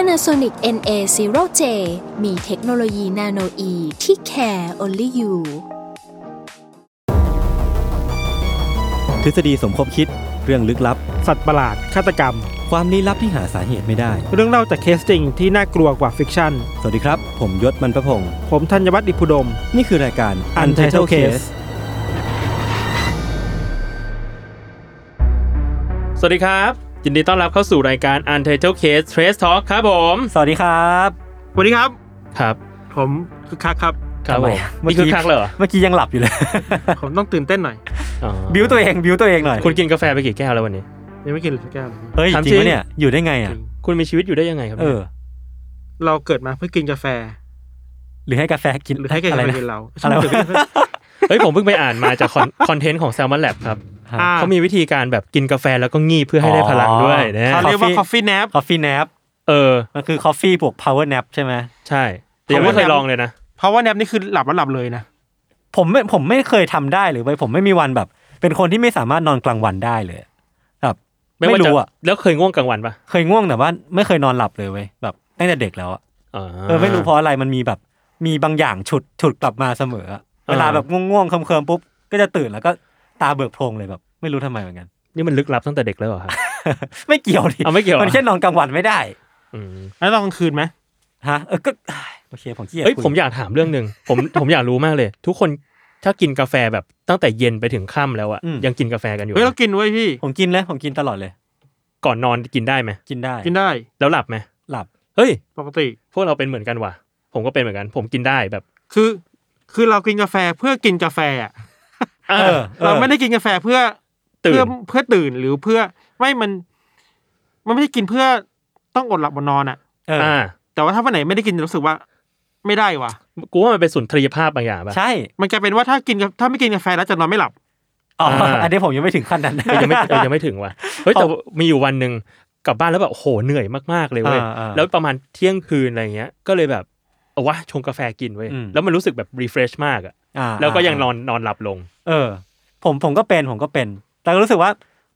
Panasonic NA0J มีเทคโนโลยีนาโนอีที่ care only you ทฤษฎีสมคบคิดเรื่องลึกลับ สัตว์ประหลาด ฆาตกรรม ความลี้ลับที่หาสาเหตุไม่ได้ เรื่องเล่าจากเคสจริงที่น่ากลัวกว่าฟิกชั่น สวัสดีครับ ผมยศมันประพงศ์ ผมธัญวัฒน์อิพุดม นี่คือรายการ Untitled Case สวัสดีครับ ยินดีต้อนรับเข้าสู่รายการ Untitled Case Trace Talk ครับผม สวัสดีครับ สวัสดีครับ ครับ ผมคือคักครับ ครับผม ทำไ นี่คือคักเหรอ เมื่อกี้ยังหลับอยู่เลย ผมต้องตื่นเต้นหน่อย อ๋อ บิวตัวเองบิวตัวเองหน่อย คุณกินกาแฟไปกี่แก้วแล้ววันนี้ ยังไม่กินเลยสักแก้วเลย เฮ้ย ถาม จริง จริ ปะ ง เนี่ยอยู่ได้ไงอ่ะ คุณมีชีวิตอยู่ได้ยังไงครับ เออ เราเกิดมาเพื่อกินกาแฟ หรือให้กาแฟกิน หรือให้กา อะไร แฟ นะ กินเรา อะไรวะ เฮ้ยผมเพิ่งไปอ่านมาจากคอน คอนเทนต์ของ Salmon Lab ครับ อ่า เขามีวิธีการแบบกินกาแฟแล้วก็งีบเพื่อให้ได้พลังด้วยนะ เขาเรียกว่า coffee nap คอฟฟี่แนป เออ มันคือคอฟฟี่บวก power nap ใช่ไหม ใช่แต่ยังไม่เคยลองเลยนะ เพราะว่า nap นี่คือหลับแล้วหลับเลยนะ ผมไม่ผมไม่เคยทำได้หรือไปผมไม่มีวันแบบ เป็นคนที่ไม่สามารถนอนกลางวันได้เลยแบบ ไม่ ไม่ ว่าจะ รู้อ่ะ แล้วเคยง่วงกลางวันปะ เคยง่วงแต่ว่าไม่เคยนอนหลับเลยเว้ยแบบตั้งแต่เด็กแล้วอะ า เออไม่รู้เพราะอะไรมันมีแบบมีบางอย่างฉุดฉุดกลับมาเสมออะ อ่า เวลาแบบง่วงๆเคลิมๆปุ๊บก็จะตื่นแล้วก็ตาเบิกโพรงเลยแบบ ไม่รู้ทำไมเหมือนกัน นี่มันลึกลับตั้งแต่เด็กแล้วเหรอครับ ไม่เกี่ยวดิ เอาไม่เกี่ยวเหรอ มันแค่นอนกลางวันไม่ได้ อืม แล้วตอนกลางคืนไหม ฮะเออก็โอเคผมขี้เกียจ เอ้ย คุ ผมอยากถามเรื่องหนึ่งผม ผมอยากรู้มากเลย ทุกคนถ้ากินกาแฟแบบตั้งแต่เย็นไปถึงค่ำแล้วอะยังกินกาแฟกันอยู่ เฮ้ยเรา นะ กินไว้ยพี่ ผมกินเลยผมกินตลอดเลย ก่อนนอนกินได้ไหม กินได้ กินได้ แล้วหลับไหม หลับ เฮ้ย ปกติ พวกเราเป็นเหมือนกันว่ะ ผมก็เป็นเหมือนกัน ผมกินได้แบบ คือ คือเรากินกาแฟเพื่อกินกาแฟอะ เอ เอ อ อ เราไม่ได้กินกาแฟเพื่อ ตื่น เพื่อเพื่อตื่นหรือเพื่อไม่มัน มันไม่ได้กินเพื่อต้องอดหลับอดนอนอะ เออ อ่า แต่ว่าถ้าวันไหนไม่ได้กินรู้สึกว่า ไม่ได้ว่ะ กูว่ามันเป็นสุนทรียภาพบางอย่างป่ะ ใช่ มันกลายเป็นว่าถ้ากินกับถ้าไม่กินกาแฟแล้วจะนอนไม่หลับ อ๋ออา อันนี้ผมยังไม่ถึงขั้นนั้น เออยังไม่เออยังไม่ถึงว่ะเฮ้ยแต่มีอยู่วันหนึ่งกลับบ้านแล้วแบบโอ้โหเหนื่อยมากๆเลยเว้ย อ่าอ่า แล้วประมาณเที่ยงคืนอะไรเงี้ย ก็เลยแบบเอาวะชงกาแฟกินเว้ย อืม แล้วมันรู้สึกแบบ refresh มากอะ อ่า แล้วก็ยัง า นอนนอนหลับลง เออผมผมก็เป็นผมก็เป็น แต่ก็รู้สึกว่า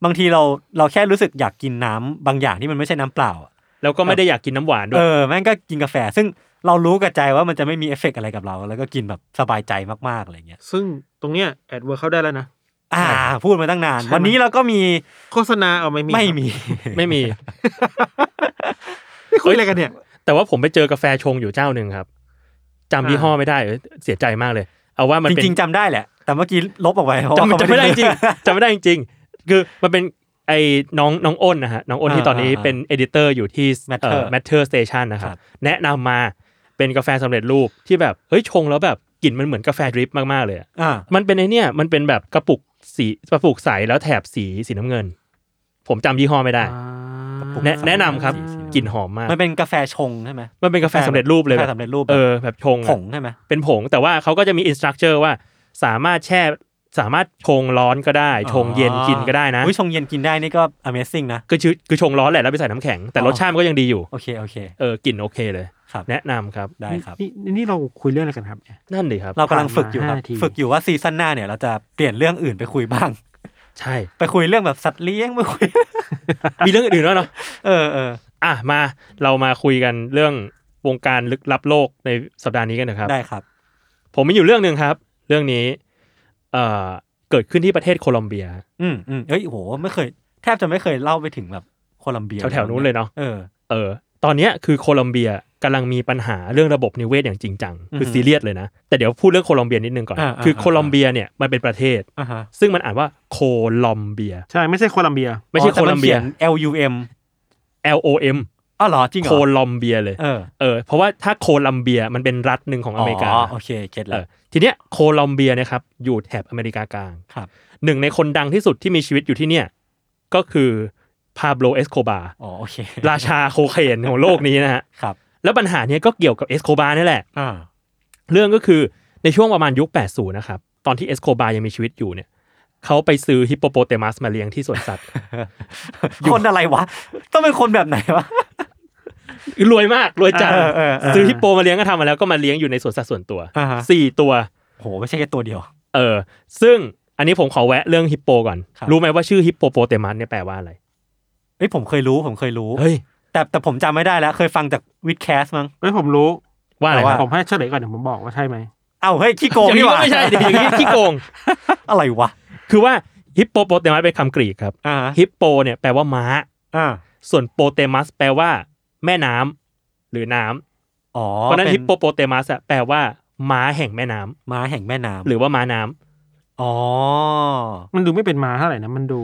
บางทีเราเราแค่รู้สึกอยากกินน้ำบางอย่างที่มันไม่ใช่น้ำเปล่าอะ แล้วก็ไม่ได้อยากกินน้ำหวานด้ว เอย อแม่งก็กินกาแฟ ซึ่งเรารู้กับใจว่ามันจะไม่มีเอฟเฟกต์อะไรกับเรา แล้วก็กินแบบสบายใจมากๆอะไรเงี้ย ซึ่งตรงเนี้ยแอดเวิร์เข้าได้แล้วนะ อ่า พูดมาตั้งนาน ใช่ไหม วันนี้เราก็มี โฆษณาเอาไม่มี ไม่มี ไม่มี ไม่คุยอะไรกันเนี่ย แต่ว่าผมไปเจอกาแฟชงอยู่เจ้าหนึ่งครับจำยี่ห้อไม่ได้เออเสียใจมากเลย เอาว่ามัจนเป็น ริง ๆจำได้แหละ แต่เมื่อกี้ลบออกไปเพราะว่า จำจำไม่ได้จ เขา ริงจำไม่ได้จริง คือมันเป็นไอ้น้องน้องอ้นนะฮะน้องอ้นที่ อ่า ตอนนี้ อ่า เป็นเอดิเตอร์อยู่ที่ Matter เอ่อ Matter Station นะครับ ครับ แนะนำมาเป็นกาแฟสำเร็จรูปที่แบบเฮ้ยชงแล้วแบบกลิ่นมันเหมือนกาแฟดริปมากๆเลยอะ อ่า มันเป็นไอเนี่ยมันเป็นแบบกระปุกสีกระปุกใสแล้วแถบสีสีน้ำเงิน ผมจำยี่ห้อไม่ได้ แนะแนะนำครับกลิ่นหอมมาก มันเป็นกาแฟชงใช่ไหม มันเป็นกาแฟสำเร็จรูปเลย กา แบ แฟ บ สำเร็จรูป เออแบบชงอะ ผงใช่ไหม เป็นผงแต่ว่าเขาก็จะมีอินสตรั t เจอร์ว่าสามารถแช่สามารถชงร้อนก็ได้ ชงเย็นกินก็ได้นะ อุ้ยชงเย็นกินได้นี่ก็ amazing นะ คือชื่อคือชงร้อนแหละแล้วไปใส่น้ำแข็ง แต่ อ๋อ รสชาติมันก็ยังดีอยู่ โอเคโอเค เออกลิ่นโอเคเลย ครับ แนะนำครับ ได้ครับ นี่นี่นี่เราคุยเรื่องอะไรกันครับเนี่ย นั่นดีครับ เรากำลังฝึกอยู่ครับ ผ่านมาห้าที ฝึกอยู่ว่าซีซั่นหน้าเนี่ยเราจะเปลี่ยนเรื่องอื่นไปคุยบ้าง ใช่ ไปคุยเรื่องแบบสัตว์เลี้ยงไปคุย มีเรื่องอื่นๆแล้วยเนาะ เออเออ อ่ะมาเรามาคุยกันเรื่องวงการลึกลับโลกในสัปดาห์นี้กันนะครับ ได้ครับ ผมมีอยู่เรื่องหนึ่งครับ เรื่องนี้เอ่อเกิดขึ้นที่ประเทศโคลอมเบีย อืมอืมเอ้ยโหไม่เคย แทบจะไม่เคยเล่าไปถึงแบบโคลัมเบีย แถวๆนู้นเลยเนาะ เออ เออ ตอนเนี้ยคือโคลอมเบียกำลังมีปัญหาเรื่องระบบนิเวศอย่างจริงจัง คือืออฮึ ซีเรียสเลยนะ แต่เดี๋ยวพูดเรื่องโคลอมเบียนิดนึงก่อน อ่าอ่า คือโคลอมเบียเนี่ยมันเป็นประเทศ อ่ะฮะ ซึ่งมันอ่านว่าโคลอมเบีย ใช่ไม่ใช่โคลัมเบีย ไม่ใช่โคลอมเบีย อ๋อแต่นขีน L U M L O M อ้าวเหรอจริงเหร โค อ ลอมเบียเลย เออ เออ เพราะว่าถ้าโคลัมเบียมันเป็นรัฐหนึ่งของอเมริกา โอเคเก็ต เอ แล้ว อ ทีเนี้ยโคลอมเบียเนะครับอยู่แถบอเมริกากลาง ครับ หนึ่งในคนดังที่สุดที่มีชีวิตอยู่ที่เนี่ย ก็คือพาโบลเอสโคบา อ๋อโอเค ราชาโคเคนของโลกนี้นะฮะ ครับ แล้วปัญหาเนี้ยก็เกี่ยวกับเอสโคบาร์นี่แหละ อ่า เรื่องก็คือในช่วงประมาณยุค 80 นะครับ ตอนที่เอสโคบาร์ยังมีชีวิตอยู่เนี่ยเขาไปซื้อฮิปโปโปเตมัสมาเลี้ยงที่สวนสัตว์ คนอะไรวะ ต้องเป็นคนแบบไหนวะ รวยมากรวยจัด เออเออเออ ซื้อฮิปโปมาเลี้ยงก็ทำมาแล้วก็มาเลี้ยงอยู่ในสวนสัตว์ส่วนตัว อ่าฮะ สี่ตัว โหไม่ใช่แค่ตัวเดียว เออ ซึ่งอันนี้ผมขอแวะเรื่องฮิปโปก่อน ครับ รู้ไหมว่าชื่อฮิปโปโปเตมัสเนี่ยแปลว่าอะไร เอ้ยผมเคยรู้ผมเคยรู้ เฮ้ย แต่แต่ผมจำไม่ได้แล้ว เคยฟังจากวิดแคสมั้ง ไม่ผมรู้ ว่าอะไร แต่ว่า ครับ ผมให้เฉลยก่อนเดี๋ยวผมบอกว่าใช่ไหม เอ้าเฮ้ยขี้โกง อย่าง นี่ นี้ ห ก็ ว่า ไม่ใช่ ดิอย่างนี้ขี้โกง อะไรวะ คือว่าฮิปโปโปเตมัสเป็นคำกรีกครับ อ่า ฮิปโปเนี่ยแปลว่าม้า อ่า ส่วนโปเตมัสแปลว่า แม่น้ำหรือน้ำ อ๋อ เพราะฉะนั้น ป็ ฮิปโปโปเตมัสอะแปลว่าม้าแห่งแม่น้ำ ม้าแห่งแม่น้ำ หรือว่าม้าน้ำ อ๋อ มันดูไม่เป็นม้าเท่าไหร่นะมันดู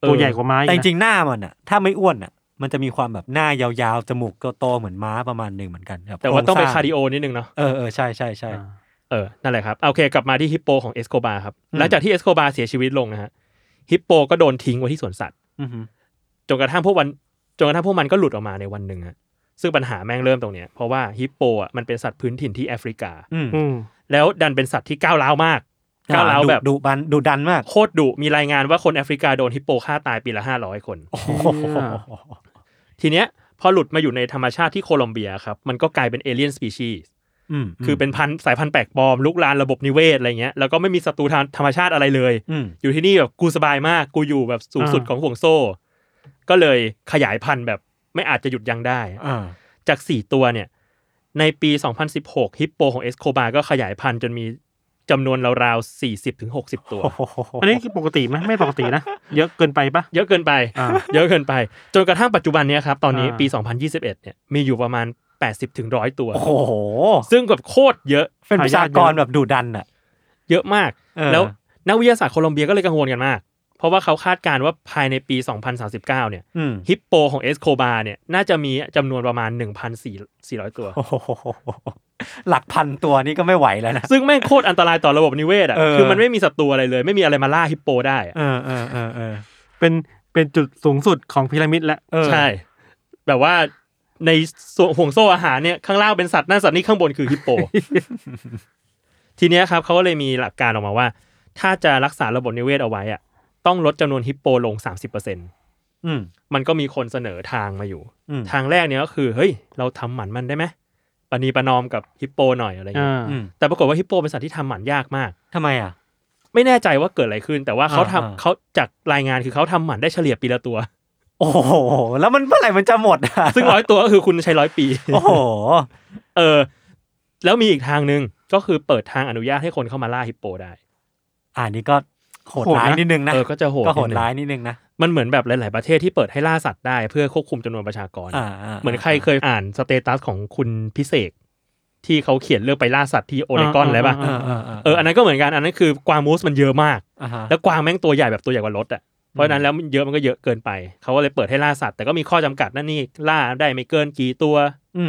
เออ ตัวใหญ่กว่าม้าอีก แต่จ นะ ริงๆหน้ามันอ่ะ ถ้าไม่อ้วนอ่ะ มันจะมีความแบบหน้ายาวๆจมูกก็โตๆเหมือนม้าประมาณหนึ่งเหมือนกันครับ แต่ว่าต้องไป โรส คาร์ดิโอนิดนึงเนาะ เออเออใช่ใช่ใช่ อ่า เออนั่นแหละครับโอเคกลับมาที่ฮิปโปของเอสโคบาครับ อืม หลังจากที่เอสโคบาเสียชีวิตลงนะฮะฮิปโปก็โดนทิ้งไว้ที่สวนสัตว์ อือหือ จนกระทั่งพวกวันจนกระทั่งพวกมันก็หลุดออกมาในวันหนึ่งฮะซึ่งปัญหาแม่งเริ่มตรงเนี้ยเพราะว่าฮิปโปอ่ะมันเป็นสัตว์พื้นถิ่นที่แอฟริกา อืม อืม แล้วดันเป็นสัตว์ที่ก้าวร้าวมากก้าวร้าวแบบ ดุบันดุดันมาก โคตรดุมีรายงานว่าคนแอฟริกาโดนฮิปโปฆ่าตายปีละห้าร้อยคน โอ้โห ทีเนี้ยพอหลุดมาอยู่ในธรรมชาติที่โคลอมเบียครับ มันก็กลายเป็นเอเลียนสปีชีส์ อืม คือเป็นพันธุ์สายพันธุ์แปลกปลอมลุกลานระบบนิเวศอะไรเงี้ยแล้วก็ไม่มีศัตรูทางธรรมชาติอะไรเลย อืม อยู่ที่นี่แบบกูสบายมากกูอยู่แบบสูงสุดของห่วงโซ่ ก็เลยขยายพันธุ์แบบไม่อาจจะหยุดยั้งได้ อ่า จาก 4 ตัวเนี่ย ในปี 2016 ฮิปโปของเอสโคบาก็ขยายพันธุ์จนมีจำนวนราวๆ40-60 ตัว โอ้โห อันนี้คือปกติไหมไม่ปกตินะเยอะเกินไปปะ เยอะเกิน ไป อ่า เยอะเกินไป จนกระทั่งปัจจุบันเนี้ยครับ ตอนนี้ อ่า ปี 2021 เนี่ย มีอยู่ประมาณ 80ถึงร้อยตัว โอ้โห ซึ่งแบบโคตรเยอะ เป็นประชากรแบบดุดันอ่ะ เยอะมาก เออ แล้วนักวิทยาศาสตร์โคลอมเบียก็เลยกังวลกันมาก เพราะว่าเขาคาดการณ์ว่าภายในปี 2039 เนี่ย อืม ฮิปโปของเอสโคบาเนี่ย น่าจะมีจำนวนประมาณ 1,400 ตัว โอ้โหหลักพันตัวนี้ก็ไม่ไหวแล้วนะ ซึ่งแม่งโคตรอันตรายต่อระบบนิเวศอ่ะ เออ คือมันไม่มีศัตรูอะไรเลย ไม่มีอะไรมาล่าฮิปโปได้อะ เออเออเออเออ เป็นเป็นจุดสูงสุดของพีระมิดแล้ว เออ ใช่ แบบว่าในส่วนห่วงโซ่อาหารเนี่ยข้างล่างเป็นสัตว์นั่นสัตว์นี่ข้างบนคือฮิปโป ทีเนี้ยครับเขาก็เลยมีหลักการออกมาว่า ถ้าจะรักษาระบบนิเวศเอาไว้อะต้องลดจำนวนฮิปโปลง 30% อืม มันก็มีคนเสนอทางมาอยู่ อืม ทางแรกเนี่ยก็คือ เฮ้ย เราทำหมันมันได้ไหมปณีประนอมกับฮิปโปหน่อยอะไร อ่า เงี้ย อืม แต่ปรากฏว่าฮิปโปเป็นสัตว์ที่ทำหมันยากมาก ทำไมอ่ะ ไม่แน่ใจว่าเกิดอะไรขึ้น แต่ว่าเขาทำ อ่าอ่า เขาจากรายงานคือเขาทำหมันได้เฉลี่ยปีละตัว โอ้โห แล้วมันเมื่อไหร่มันจะหมดอ่ะ ซึ่งร้อยตัวก็คือคุณใช้ร้อยปี โอ้โห เออแล้วมีอีกทางหนึ่งก็คือเปิดทางอนุญาตให้คนเข้ามาล่าฮิปโปได้ อ่านี่ก็โหดร้ายนิดนึงนะ เออก็จะโหด ก็โหด นินึง ร้ายนิดนึงนะ มันเหมือนแบบหลาย ๆ ประเทศที่เปิดให้ล่าสัตว์ได้เพื่อควบคุมจำนวนประชากร อ่าา เหมือนใครเคยอ่านสเตตัสของคุณพิเศษ ที่เขาเขียนเรื่องไปล่าสัตว์ที่โอเรกอนอะไรป่ะ เออเออเออ เอออันนั้นก็เหมือนกันอันนั้นคือกวางมูสมันเยอะมาก อ่าฮะ แล้วกวางแม่งตัวใหญ่แบบตัวใหญ่กว่ารถอ่ะเพราะฉะนั้นแล้วมันเยอะมันก็เยอะเกินไปเขาก็เลยเปิดให้ล่าสัตว์แต่ก็มีข้อจำกัดนั่นนี่ล่าได้ไม่เกินกี่ตัว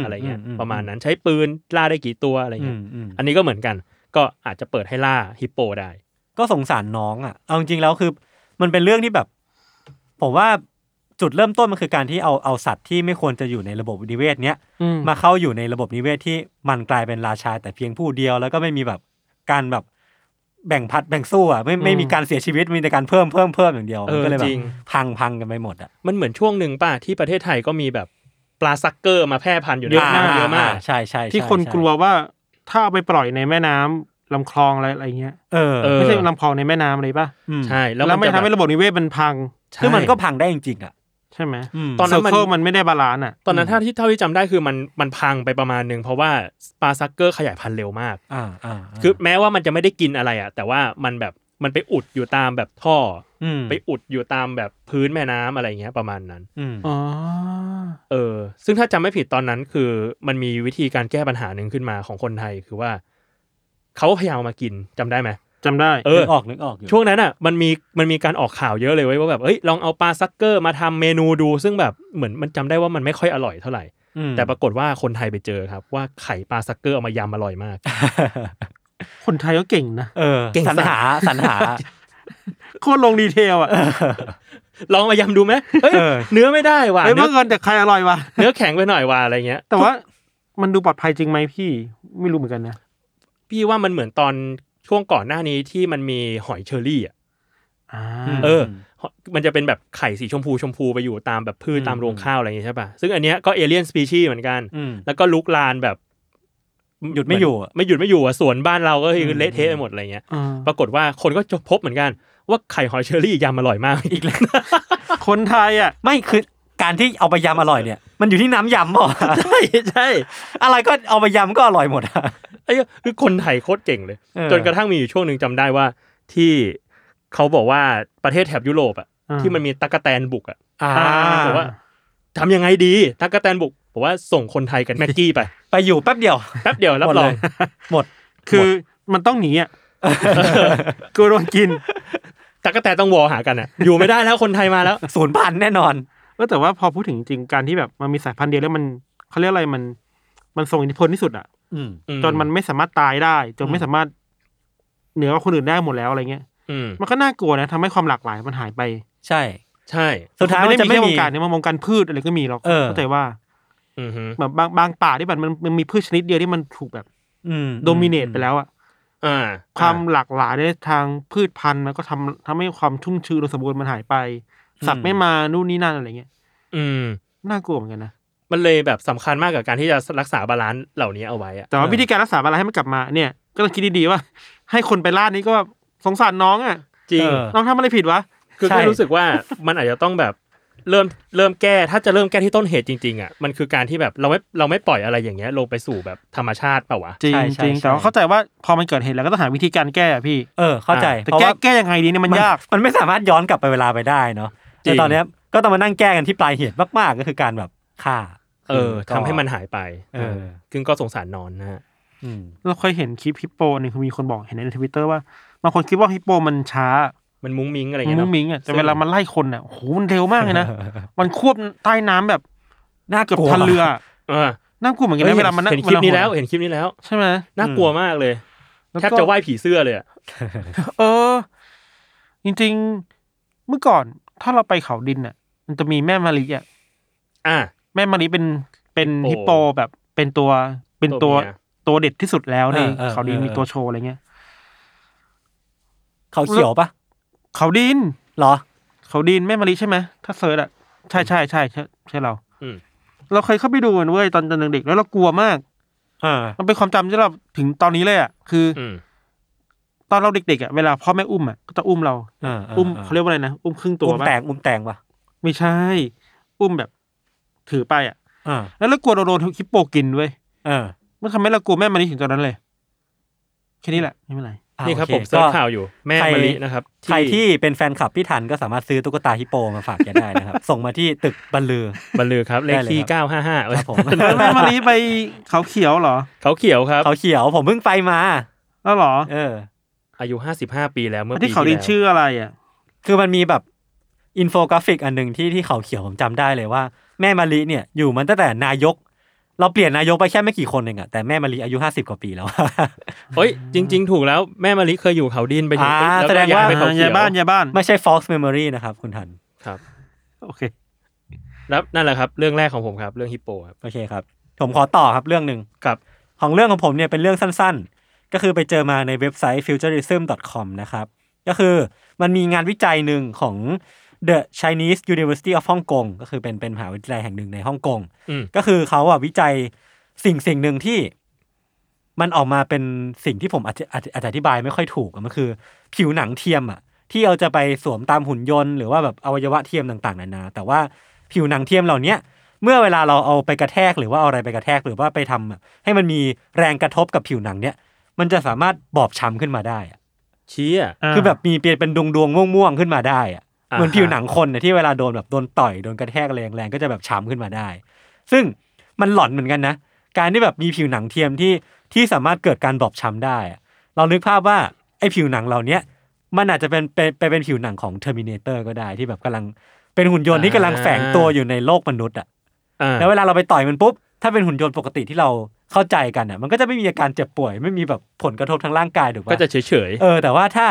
ม อะไรเงี้ย อื ประมาณนั้นใช้ปืนล่าได้กี่ตัวอะไร อื เงี้ย มอืม อันนี้ก็เหมือนกัน ก็อาจจะเปิดให้ล่าฮิปโปได้ ก็สงสารน้องอ่ะ เอาจริงๆแล้วคือมันเป็นเรื่องที่แบบ ผมว่าจุดเริ่มต้นมันคือการที่เอาเอาสัตว์ที่ไม่ควรจะอยู่ในระบบนิเวศเนี้ย อืม มาเข้าอยู่ในระบบนิเวศที่มันกลายเป็นราชาแต่เพียงผู้เดียว แล้วก็ไม่มีแบบการแบบแบ่งพัดแบ่งสู้อ่ะไม่ไม่มีการเสียชีวิตมีแต่การเพิ่มเพิ่มเพิ่มอย่างเดียว เออ มันก็เลยแบ จริ บ ง พังพังกันไปหมดอ่ะ มันเหมือนช่วงหนึ่งป่ะ ที่ประเทศไทยก็มีแบบปลาซักเกอร์มาแพร่พันธุ์อยู่ในน้ำเยอะมาก ใช่ใช่ใช่ ที่คน ใช่ กลัวว่าถ้าเอาไปปล่อยในแม่น้ำลำคลองอะไรอะไรเงี้ย เออ เออ ไม่ใช่ลำคลองในแม่น้ำอะไรปะ อืม ใช่ แล้วไม่ทำให้ระบบนิเวศมันพัง คือมัน ใช่ ก็พังได้จริงๆอ่ะ ใช่ไหม ม ตอน นั้นมั เซอร์เคิลมันไม่ได้บาลานซ์อ่ะ ตอนนั้น อืม ถ้าที่เท่าที่จำได้คือมันมันพังไปประมาณหนึ่งเพราะว่าปลาซักเกอร์ขยายพันธุ์เร็วมาก อ่าอ่าา คือแม้ว่ามันจะไม่ได้กินอะไรอ่ะ แต่ว่ามันแบบมันไปอุดอยู่ตามแบบท่ออ ม ไปอุดอยู่ตามแบบพื้นแม่น้ำอะไรเงี้ยประมาณนั้น อืม อ๋อ เออ ซึ่งถ้าจำไม่ผิดตอนนั้นคือ มันมีวิธีการแก้ปัญหาหนึ่งขึ้นมาของคนไทยคือว่าเขาพยายามเอามากินจำได้ไหม จำได้ เออ นึกออกนึกออกอยู่ ช่วงนั้นอ่ะมันมีมันมีการออกข่าวเยอะเลยเว้ยว่าแบบเอ้ยลองเอาปลาซักเกอร์มาทำเมนูดู ซึ่งแบบเหมือนมันจำได้ว่ามันไม่ค่อยอร่อยเท่าไหร่ ม แต่ปรากฏว่าคนไทยไปเจอครับ ว่าไข่ปลาซักเกอร์เอามายำอร่อยมาก คนไทยก็เก่งนะ เออ เก่ง สรร สัส หาสรรหา โคตรลงดีเทลอ่ะ ลองมายำดูไหมเอ้ย เออ เนื้อไม่ได้ว่ะ ไอ้ย เนื้ เมื่ อ อเงินแต่ใครอร่อยวะ เนื้อแข็งไปหน่อยว่ะอะไรเงี้ย แต่ว่า มันดูปลอดภัยจริงไหมพี่ ไม่รู้เหมือนกันนะ พี่ว่ามันเหมือนตอนช่วงก่อนหน้านี้ที่มันมีหอยเชอรี่อ่ะ อ่า เออ มันจะเป็นแบบไข่สีชมพูชมพูไปอยู่ตามแบบพืช อืม ตามโรงข้าวอะไรอย่างงี้ใช่ป่ะ ซึ่งอันเนี้ยก็เอเลี่ยนสปีชีส์เหมือนกัน ม แล้วก็ลุกลานแบบ หยุดไม่อยู่อะ ไม่หยุดไม่อยู่อ่ะสวนบ้านเราก็คือเละเทะไปหมดอะไรเงี้ย เออ ปรากฏว่าคนก็จะพบเหมือนกัน ว่าไข่หอยเชอรี่ยำอร่อยมาก อีกแล้ว คนไทยอ่ะ ไม่คือการที่เอาไปยำอร่อยเนี่ย มันอยู่ที่น้ำยำเปล่า ใช่ใช่ อะไรก็เอาไปยำก็อร่อยหมดอะ ไอ้เหี้ยคือคนไทยโคตรเก่งเลย เออ จนกระทั่งมีอยู่ช่วงหนึ่งจำได้ว่าที่เขาบอกว่าประเทศแถบยุโรปอ่ะ อ่า ที่มันมีตั๊กแตนบุกอ่ะ อ่า บอกว่าทำยังไงดีตั๊กแตนบุกบอกว่าส่งคนไทยกับแม็กกี้ไป ไปอยู่แป๊บเดียว แป๊บเดียวรับ หมด ร เล อง ย หมด คือมันต้องหนีอ่ะกลัวโดนกิน ตั๊กแตนต้องวอลหากันอ่ะ อยู่ไม่ได้แล้วคนไทยมาแล้ว ศูนย์พันแน่นอน เออแต่ว่าพอพูดถึงจริงๆการที่แบบมันมีสายพันธุ์เดียวแล้วมันเขาเรียกอะไรมันมันทรงอิทธิพลที่สุดอ่ะ อืม อื จนมันไม่สามารถตายได้ จนไม่สามารถเหนือกว่าคนอื่นได้หมดแล้วอะไรเงี้ย อืม มันก็น่ากลัวนะทำให้ความหลากหลายมันหายไป ใช่ ใช่ สุดท้ายมัน ไม่ได้ จะ มี ไม่ แค่ว มี งการเนี่ยมันวงการพืชอะไรก็มีหรอก เออ เข้าใจว่า อือฮึ แบบบางบางป่าที่แบบมันมันมีพืชชนิดเดียวที่มันถูกแบบ อืม โดมิเนตไปแล้วอะ อ่า ความหลากหลายในทางพืชพันธุ์มันก็ทำทำให้ความชุ่มชื้นและสมบูรณ์มันหายไป สัตว์ไม่มานู่นนี่นั่นอะไรเงี้ย อืม น่ากลัวเหมือนกันนะ มันเลยแบบสำคัญมากกับการที่จะรักษาบาลานซ์เหล่านี้เอาไว้อะ แต่ว่าวิธีการรักษาอะไรให้มันกลับมาเนี่ย ก็ต้องคิดดีๆว่า ให้คนไปล่านี้ก็แบบสงสารน้องอะ จริง เออ น้องทำอะไรผิดวะ คือ ใช่ ก็รู้สึกว่า มันอาจจะต้องแบบเริ่มเริ่มแก้ถ้าจะเริ่มแก้ที่ต้นเหตุจริงๆอ่ะมันคือการที่แบบเราไม่เราไม่ปล่อยอะไรอย่างเงี้ยลงไปสู่แบบธรรมชาติเปล่าวะ จริง ใช่ใช่ จริง ใช่ แต่ว่าเข้าใจว่าพอมันเกิดเหตุแล้วก็ต้องหาวิธีการแก้อะพี่ เออ เข้าใจ อ่แต่ เพราะ แก้ ว่า แก้ยังไงดีเนี่ยมันยาก มันไม่สามารถย้อนกลับไปเวลาไปได้เนาะแต่ตอนเนี้ยก็ต้องมานั่งแก้กันที่ปลายเหตุมากๆ ก็คือการแบบฆ่า เออ ก็ ทำให้มันหายไป เออ ซึ่งก็สงสารนอนนะฮะ อืม เราเคยเห็นคลิปฮิปโปหนึ่งคือมีคนบอกเห็นในทวิตเตอร์ว่าบางคนคิดว่าฮิปโปมันช้า มันมุ้งมิ้งอะไร มั เงี้ย น เน มุ้ อะ งมิ้งอ่ะแต่เวลามันไล่คนอ่ะโหมันเร็วมากเลยนะ มันควบใต้น้ำแบบ น่ากลัว เกือบทันเรือ เออ น่ากลัวเหมือนกัน เฮ้ย นะเวลามันง เห็นคลิปนี้แล้ว เา เห็นคลิปนี้แล้ว ใช่ไหม น่ากลัวมากเลยแทบจะไหว้ผีเสื้อเลยอะ เออ จริง ๆ เมื่อก่อนถ้าเราไปเขาดินอ่ะ มันจะมีแม่มะลิอ่ะ อ่ะ แม่มะลิเป็นเป็น ฮิ ฮิ ป ป โป โปแบบเป็นตัวเป็น ตั ตัวว เมีย ตัวเด็ดที่สุดแล้วใน เออเออ เขาดิน เออ มีตัวโชว์อะไรเงี้ย เขาเขียวปะ เขาดิน เหรอ เขาดินแม่มะลิใช่ไหมถ้าเซิร์ชอ่ะใช่ใช่ใช่ใช่ใช่เรา อืม เราเคยเข้าไปดูมันเว้ยตอนตอนเด็กๆแล้วเรากลัวมาก เออ มันเป็นความจำที่เราถึงตอนนี้เลยอ่ะคืออ อืม ตอนเราเด็กๆอ่ะเวลาพ่อแม่อุ้มอ่ะก็จะอุ้มเรา อ่าอ่า อุ้ม อ่า เขาเรียกว่าอะไรนะอุ้มครึ่งตัว อุ้ม ปะ แตงอุ้มแตงปะ ไม่ใช่ อุ้มแบบ ถือไปอ่ะ เออ แล้วเรากลัวเราโดนฮิปโปกินเว้ย เออ มันทำให้เรากลัวแม่มะลิถึงตอนนั้นเลยแค่นี้แหละไม่เป็นไร อ่ะ นี่ครับ โอเ ผมเสิร์ชข่าวอยู่แม่ ใคร มะลินะครับ ใครที่เป็นแฟนคลับพี่ทันก็สามารถซื้อตุ๊กตาฮิปโปมาฝากแกได้นะครับ ส่งมาที่ตึกบรรลือ บรรลือครับ เลข ได้เลย ที่ ครับ เก้าห้าห้า ครับผม แล้วแม่มะลิไปเขาเขียวเหรอ เขาเขียวครับ เขาเขียวผมเพิ่งไปมา แล้วเหรอ เออ อายุห้าสิบห้าปีแล้วเมื่อปี ที่เขาดิน แล้ว ชื่ออะไรอ่ะ คือมันมีแบบอินโฟกราฟิกอันหนึ่งที่ที่เขาเขียวผมจำได้เลยว่า แม่มะลิเนี่ยอยู่มันตั้งแต่นายก เราเปลี่ยนนายกไปแค่ไม่กี่คนเองอะแต่แม่มะลิอายุห้าสิบกว่าปีแล้ว เอ้ยจริง ๆ ถูกแล้วแม่มะลิเคยอยู่เขาดินไปถึง อ่า แล้ว แสด ก็ ง ย้า ว่า ยไปเขาเขี ยา ยว บ้านยาบ้าน ไม่ใช่ false memory นะครับ คุณทัน ครับ โอเค แล้วนั่นแหละครับ เรื่องแรกของผมครับเรื่องฮิปโปครับ โอเคครับ ผมขอต่อครับเรื่องหนึ่ง ครับ ของเรื่องของผมเนี่ยเป็นเรื่องสั้นๆ ก็คือไปเจอมาในเว็บไซต์ futurism.com นะครับ ก็คือมันมีงานวิจัยหนึ่งของ The Chinese University of Hong Kong ก็คือเป็นเป็นมหาวิทยาลัยแห่งหนึ่งในฮ่องกง อืม ก็คือเขาอ่ะวิจัยสิ่งสิ่งหนึ่งที่มันออกมาเป็นสิ่งที่ผมอาจจะอาจอาจจะอธิบายไม่ค่อยถูกอะมันคือ ผิวหนังเทียมอ่ะที่เราจะไปสวมตามหุ่นยนต์หรือว่าแบบอวัยวะเทียมต่างๆนานาแต่ว่าผิวหนังเทียมเหล่าเนี้ยเมื่อเวลาเราเอาไปกระแทกหรือว่าเอาอะไรไปกระแทกหรือว่าไปทำอะให้มันมีแรงกระทบกับผิวหนังเนี้ยมันจะสามารถบอบช้ำขึ้นมาได้อะ ชี้อ่ะ คือแบบมีเปลี่ยนเป็นดวงดวงๆม่วงๆขึ้นมาได้อะ อ่า เหมือนผิวหนังคนนะที่เวลาโดนแบบโดนต่อยโดนกระแทกแรงๆก็จะแบบช้ำขึ้นมาได้ ซึ่งมันหลอนเหมือนกันนะ การที่แบบมีผิวหนังเทียมที่ที่สามารถเกิดการบอบช้ำได้อะเรานึกภาพว่าไอ้ผิวหนังเราเนี้ยมันอาจจะเป็นเป็นไปเป็นผิวหนังของ Terminator ก็ได้ที่แบบกำลังเป็นหุ่นยนต์ที่กำลังแฝงตัวอยู่ในโลกมนุษย์อ่ะ อ่า แล้วเวลาเราไปต่อยมันปุ๊บ ถ้าเป็นหุ่นยนต์ปกติที่เราเข้าใจกันอ่ะมันก็จะไม่มีอาการเจ็บป่วย ไม่มีแบบผลกระทบทางร่างกายถูกปะ ก็จะเฉยเฉยๆ เออแต่ว่าถ้า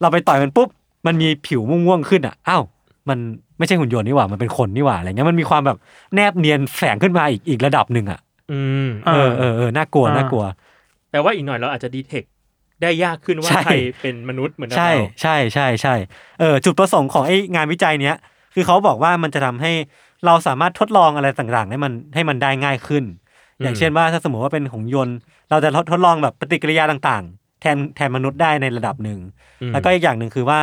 เราไปต่อยมันปุ๊บ มันมีผิวม่วงๆขึ้นอ่ะอ้าวมันไม่ใช่หุ่นยนต์นี่หว่ามันเป็นคนนี่หว่าอะไรเงี้ยมันมีความแบบแนบเนียนแฝงขึ้นมาอีกอีกระดับหนึ่งอ่ะ อืม เออเออเออน่ากลัว อ่า น่ากลัว แปลว่าอีกหน่อยเราอาจจะดีเทคได้ยากขึ้นว่า ใช่ ใครเป็นมนุษย์เหมือนเรา ใช่ใช่ใช่ใช่เออจุดประสงค์ของไอ้งานวิจัยเนี้ย คือเขาบอกว่ามันจะทำให้เราสามารถทดลองอะไรต่างๆ ให้มันให้มันได้ง่ายขึ้น อย่างเช่นว่าถ้าสมมติว่าเป็นหงส์ยนต์ เราจะทดทดลองแบบปฏิกิริยาต่างๆ แทนแทนมนุษย์ได้ในระดับหนึ่ง อืม แล้วก็อีกอย่างหนึ่งคือว่า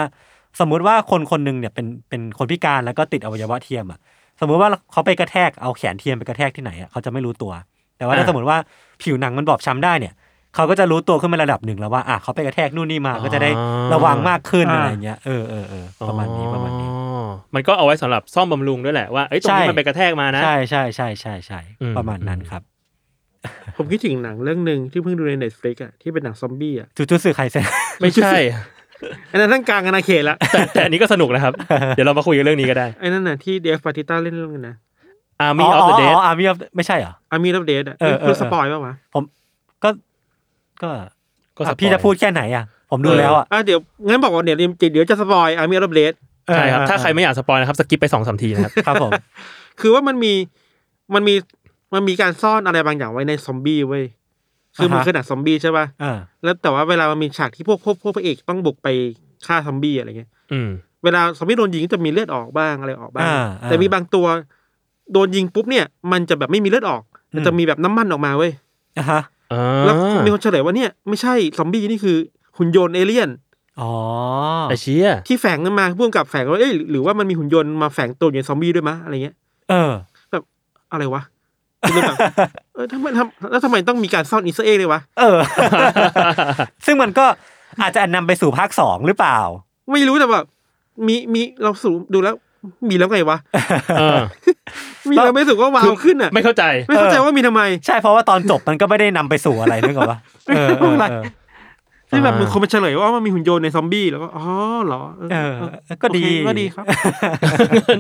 สมมุติว่าคนคนหนึ่งเนี่ยเป็นเป็นคนพิการแล้วก็ติดอวัยวะเทียมอ่ะสมมุติว่าเขาไปกระแทกเอาแขนเทียมไปกระแทกที่ไหนอ่ะเขาจะไม่รู้ตัว แต่ว่าถ้าสมมติว่าผิวหนังมันบอบช้ำได้เนี่ย เขาก็จะรู้ตัวขึ้นมาระดับหนึ่งแล้วว่าอ่ะเขาไปกระแทกนู่นนี่มาก็จะได้ระวังมากขึ้นอะไรเงี้ยเออเออเออประมาณนี้ประมาณนี้ อ๋อมันก็เอาไว้สำหรับซ่อมบำรุงด้วยแหละว่าเอ้ยตรง ใช่ นี้มันไปกระแทกมานะ ใช่ใช่ใช่ใช่ใช่ อืม ประมาณนั้นครับ ผมคิดถึงหนังเรื่องหนึ่งที่เพิ่งดูในเน็ตฟลิกอะที่เป็นหนังซอมบี้อะ จุดจุดสื่อใครเซ็น ไม่ใช่ อันนั้นทั้งกลางอาณาเขตละ แต่แต่อันนี้ก็สนุก นะครับ เดี๋ยวเรามาคุยกันเรื่องนี้ก็ได้ ไอ้นั่นน่ะที่เดฟปาติต้าเล่นเรื่องนั้นนะ Army of the Dead อ๋ออาร์มี่ออฟไม่ใช่เหรอ อามีรับเดทอ่ะ เออเออ คือสปอยป่าวะ ก็ก็ ก็สปอย อ่ะพี่จะพูดแค่ไหนอ่ะ ผมดู เออ แล้วอ่ะ อ่ะเดี๋ยวงั้นบอกว่าเดี๋ยวเดี๋ยวจะสปอยอามีรับเดท ใช่ครับ ถ้าใครไม่อยากสปอยนะครับสกิปไปสองสามทีนะครับ ครับผม คือว่ามันมีมันมีมันมีการซ่อนอะไรบางอย่างไว้ในซอมบี้เว้ยคือมัน อ่าฮะ คือหนังซอมบี้ใช่ป่ะ เออ แล้วแต่ว่าเวลามันมีฉากที่พวกพวกพวกพระเอกต้องบุกไปฆ่าซอมบี้อะไรเงี้ย อืม เวลาซอมบี้โดนยิงจะมีเลือดออกบ้างอะไรออกบ้าง อ่าอ่า แต่มีบางตัวโดนยิงปุ๊บเนี่ย มันจะแบบไม่มีเลือดออกมันจะมีแบบน้ำมันออกมาเว้ย อ่ะฮะ แล้วมีคนเฉลยว่าเนี่ยไม่ใช่ซอมบี้นี่คือหุ่นยนต์เอเลี่ยน อ๋อ ไอเชีย ที่แฝงกันมาพ่วงกับแฝงว่าเอ้ยหรือว่ามันมีหุ่นยนต์มาแฝงตัวอยู่ในซอมบี้ด้วยมะอะไรเงี้ย เออ อะไรวะคือแบบ เออทำไมทำแล้วทำไมต้องมีการซ่อนอีสเอ็กเลยวะ เอ อ ซึ่งมันก็อาจจะนำไปสู่ภาคสองหรือเปล่า ไม่รู้แต่แบบมีมีเราสูดูแล้ว มีแล้วไงวะ เออ มีแล้วไม่รู้สึกว่าวาวขึ้นอ่ะ ไม่เข้าใจ ไม่เข้าใจว่ามีทำไม ใช่เพราะว่าตอนจบมันก็ไม่ได้นำไปสู่อะไรนึกออกปะเออเออเออ ที่แบบมีคนมาเฉลยว่ามันมีหุ่นยนต์ในซอมบี้แล้วก็อ๋อเหรอเออ เออ เออ ก็ดี โอเคก็ดีครับ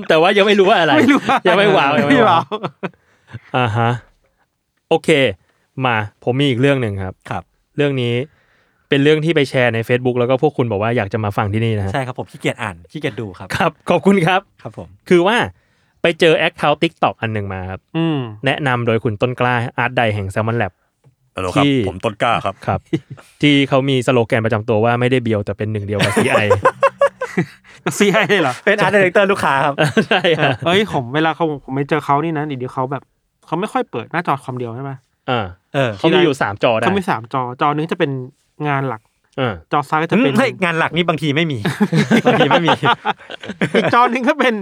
แต่ว่ายังไม่รู้ว่าอะไร ไม่รู้ว่า ยังไม่ว้าวยัง ไม่ ไม่ว้า ว้าว ว อ่าฮะ โอเค มาผมมีอีกเรื่องหนึ่งครับ ครับ เรื่องนี้เป็นเรื่องที่ไปแชร์ใน Facebook แล้วก็พวกคุณบอกว่าอยากจะมาฟังที่นี่นะฮะ ใช่ครับผมขี้เกียจอ่านขี้เกียจดูครับ ครับ ขอบคุณครับ ครับผม คือว่าไปเจอแอคเคาท์ทิกตอกอันหนึ่งมาครับ อืม แนะนำโดยคุณต้นกล้าอาร์ตไดแห่งแซมมอนแลบ ฮัลโหลครับ ที่ ผมต้นกล้าครับ ครับ ที่เขามีสโลแกนประจำตัวว่าไม่ได้เบียวแต่เป็นหนึ่งเดียวกับซีไอ ซีไอเหรอ เป็นอาร์ตดีเลกเตอร์ลูกค้าครับ ใช่ฮะ เอ้ยผมเวลาเขาผมไปเจอเขานี่นะเดี๋ยวเขาแบบเขาไม่ค่อยเปิดหน้าจอคอมเดียวใช่ไหม อ่า เออ เขามีอยู่สามจอได้ เขามีสามจอจอหนึงจะเป็นงานหลัก อ่า จอซ้ายก็จะเป็น เฮ้ยงานหลักนี่บางทีไม่ มี บางทีไม่มี อีกจอหนึงก็เป็น